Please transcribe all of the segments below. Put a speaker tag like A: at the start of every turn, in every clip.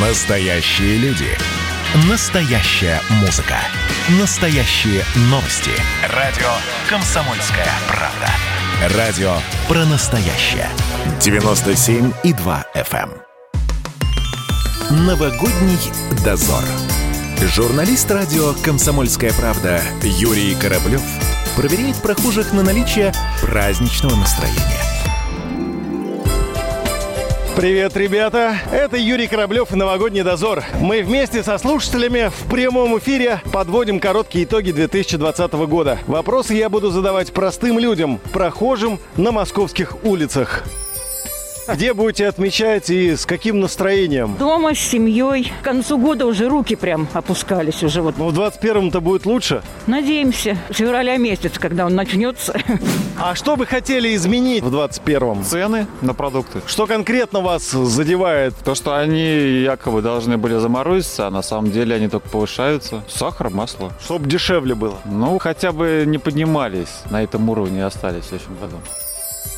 A: Настоящие люди. Настоящая музыка. Настоящие новости. Радио Комсомольская правда. Радио про настоящее. 97,2 FM. эм. Новогодний дозор. Журналист радио «Комсомольская правда» Юрий Кораблев проверяет прохожих на наличие праздничного настроения.
B: Привет, ребята! Это Юрий Кораблев и «Новогодний дозор». Мы вместе со слушателями в прямом эфире подводим короткие итоги 2020 года. Вопросы я буду задавать простым людям, прохожим на московских улицах. Где будете отмечать и с каким настроением?
C: Дома с семьей. К концу года уже руки прям опускались уже вот.
B: Ну, в 21-м-то будет лучше.
C: Надеемся, с февраля месяц, когда он начнется.
B: А что бы хотели изменить в 21-м?
D: цены на продукты.
B: Что конкретно вас задевает?
D: То, что они якобы должны были заморозиться, а на самом деле они только повышаются. Сахар, масло.
B: Чтоб дешевле было.
D: Ну, хотя бы не поднимались на этом уровне и остались в следующем году.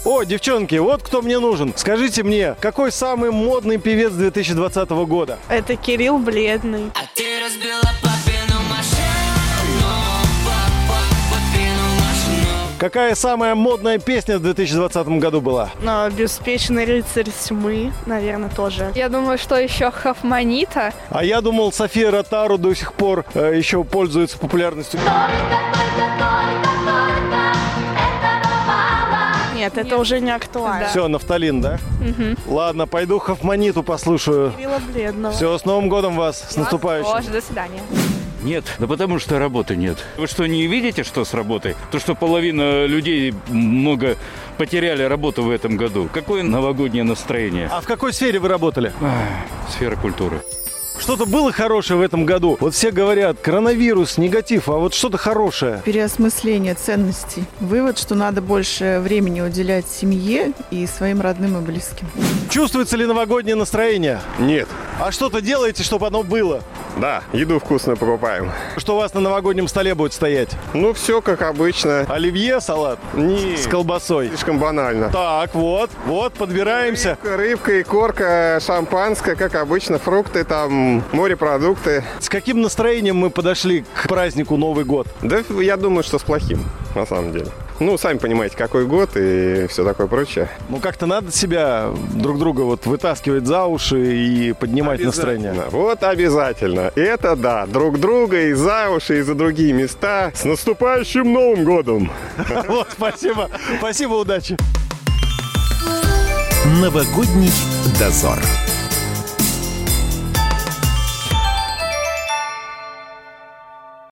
B: О, девчонки, вот кто мне нужен. Скажите мне, какой самый модный певец 2020 года?
E: Это Кирилл Бледный.
F: А ты разбила папину машину, папа, папину машину.
B: Какая самая модная песня в 2020 году была?
E: Но «Беспечный рыцарь тьмы», наверное, тоже.
G: Я думаю, что еще Хафманита.
B: А я думал, София Ротару до сих пор э, еще пользуется популярностью.
E: Нет, это уже не актуально.
B: Все, нафталин, да? Ладно, пойду Хафманиту послушаю.
E: Кирилла Бледного.
B: Все, с Новым годом вас, с наступающим.
G: Тоже, до свидания.
H: Нет, да потому что работы нет. Вы что, не видите, что с работой? То, что половина людей много потеряли работу в этом году. Какое новогоднее настроение?
B: А в какой сфере вы работали?
H: Сфера культуры.
B: Что-то было хорошее в этом году? Вот все говорят, коронавирус, негатив, а вот что-то хорошее.
I: Переосмысление ценностей. Вывод, что надо больше времени уделять семье и своим родным и близким.
B: Чувствуется ли новогоднее настроение?
J: Нет.
B: А что-то делаете, чтобы оно было?
J: Да, еду вкусную покупаем.
B: Что у вас на новогоднем столе будет стоять?
J: Ну, все как обычно.
B: Оливье, салат?
J: Не.
B: С колбасой.
J: Слишком банально.
B: Так, вот, вот, подбираемся.
J: Рыбка, рыбка и корка, шампанское, как обычно, фрукты, там, морепродукты.
B: С каким настроением мы подошли к празднику Новый год?
J: Да, я думаю, что с плохим, на самом деле. Ну, сами понимаете, какой год и все такое прочее.
B: Ну, как-то надо себя друг друга вот вытаскивать за уши и поднимать настроение.
J: Обязательно. Вот обязательно. Это да, друг друга и за уши, и за другие места. С наступающим Новым годом!
B: Вот, спасибо. Спасибо, удачи.
A: Новогодний дозор.